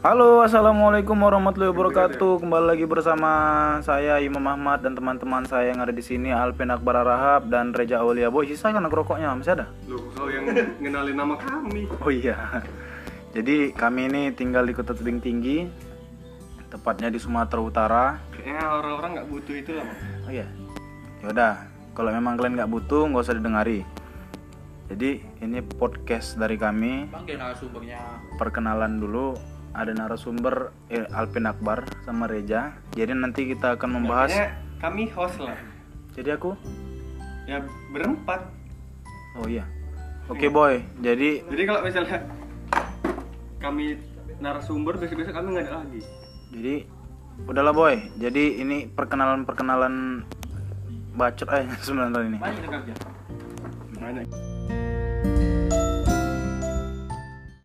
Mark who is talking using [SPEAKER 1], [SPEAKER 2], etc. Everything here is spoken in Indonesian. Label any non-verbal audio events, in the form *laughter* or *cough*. [SPEAKER 1] Halo, assalamualaikum warahmatullahi wabarakatuh. Kembali lagi bersama saya Imam Ahmad dan teman-teman saya yang ada di sini Alvin Akbar Rahab dan Reja Aulia Boy. Sisa kan rokoknya masih ada?
[SPEAKER 2] Loh, kau yang ngenalin nama kami.
[SPEAKER 1] Oh iya. Jadi kami ini tinggal di Kota Tebing Tinggi, tepatnya di Sumatera Utara.
[SPEAKER 2] Kayaknya orang-orang nggak butuh itu lah, Bang.
[SPEAKER 1] Oh iya. Yaudah, kalau memang kalian nggak butuh, nggak usah didengari. Jadi ini podcast dari kami.
[SPEAKER 3] Panggil narasumbernya.
[SPEAKER 1] perkenalan dulu ada narasumber eh, Alpin Akbar sama Reja. Jadi nanti kita akan
[SPEAKER 2] Kayaknya
[SPEAKER 1] membahas.
[SPEAKER 2] kami host lah.
[SPEAKER 1] Jadi aku,
[SPEAKER 2] Ya berempat.
[SPEAKER 1] oh iya, oke boy. Jadi
[SPEAKER 2] Jadi kalau misalnya kami narasumber besok-besok kami nggak ada lagi.
[SPEAKER 1] jadi udahlah boy. Jadi ini *laughs* perkenalan perkenalan bacot eh sebenarnya ini.
[SPEAKER 2] Banyak kerja. Banyak.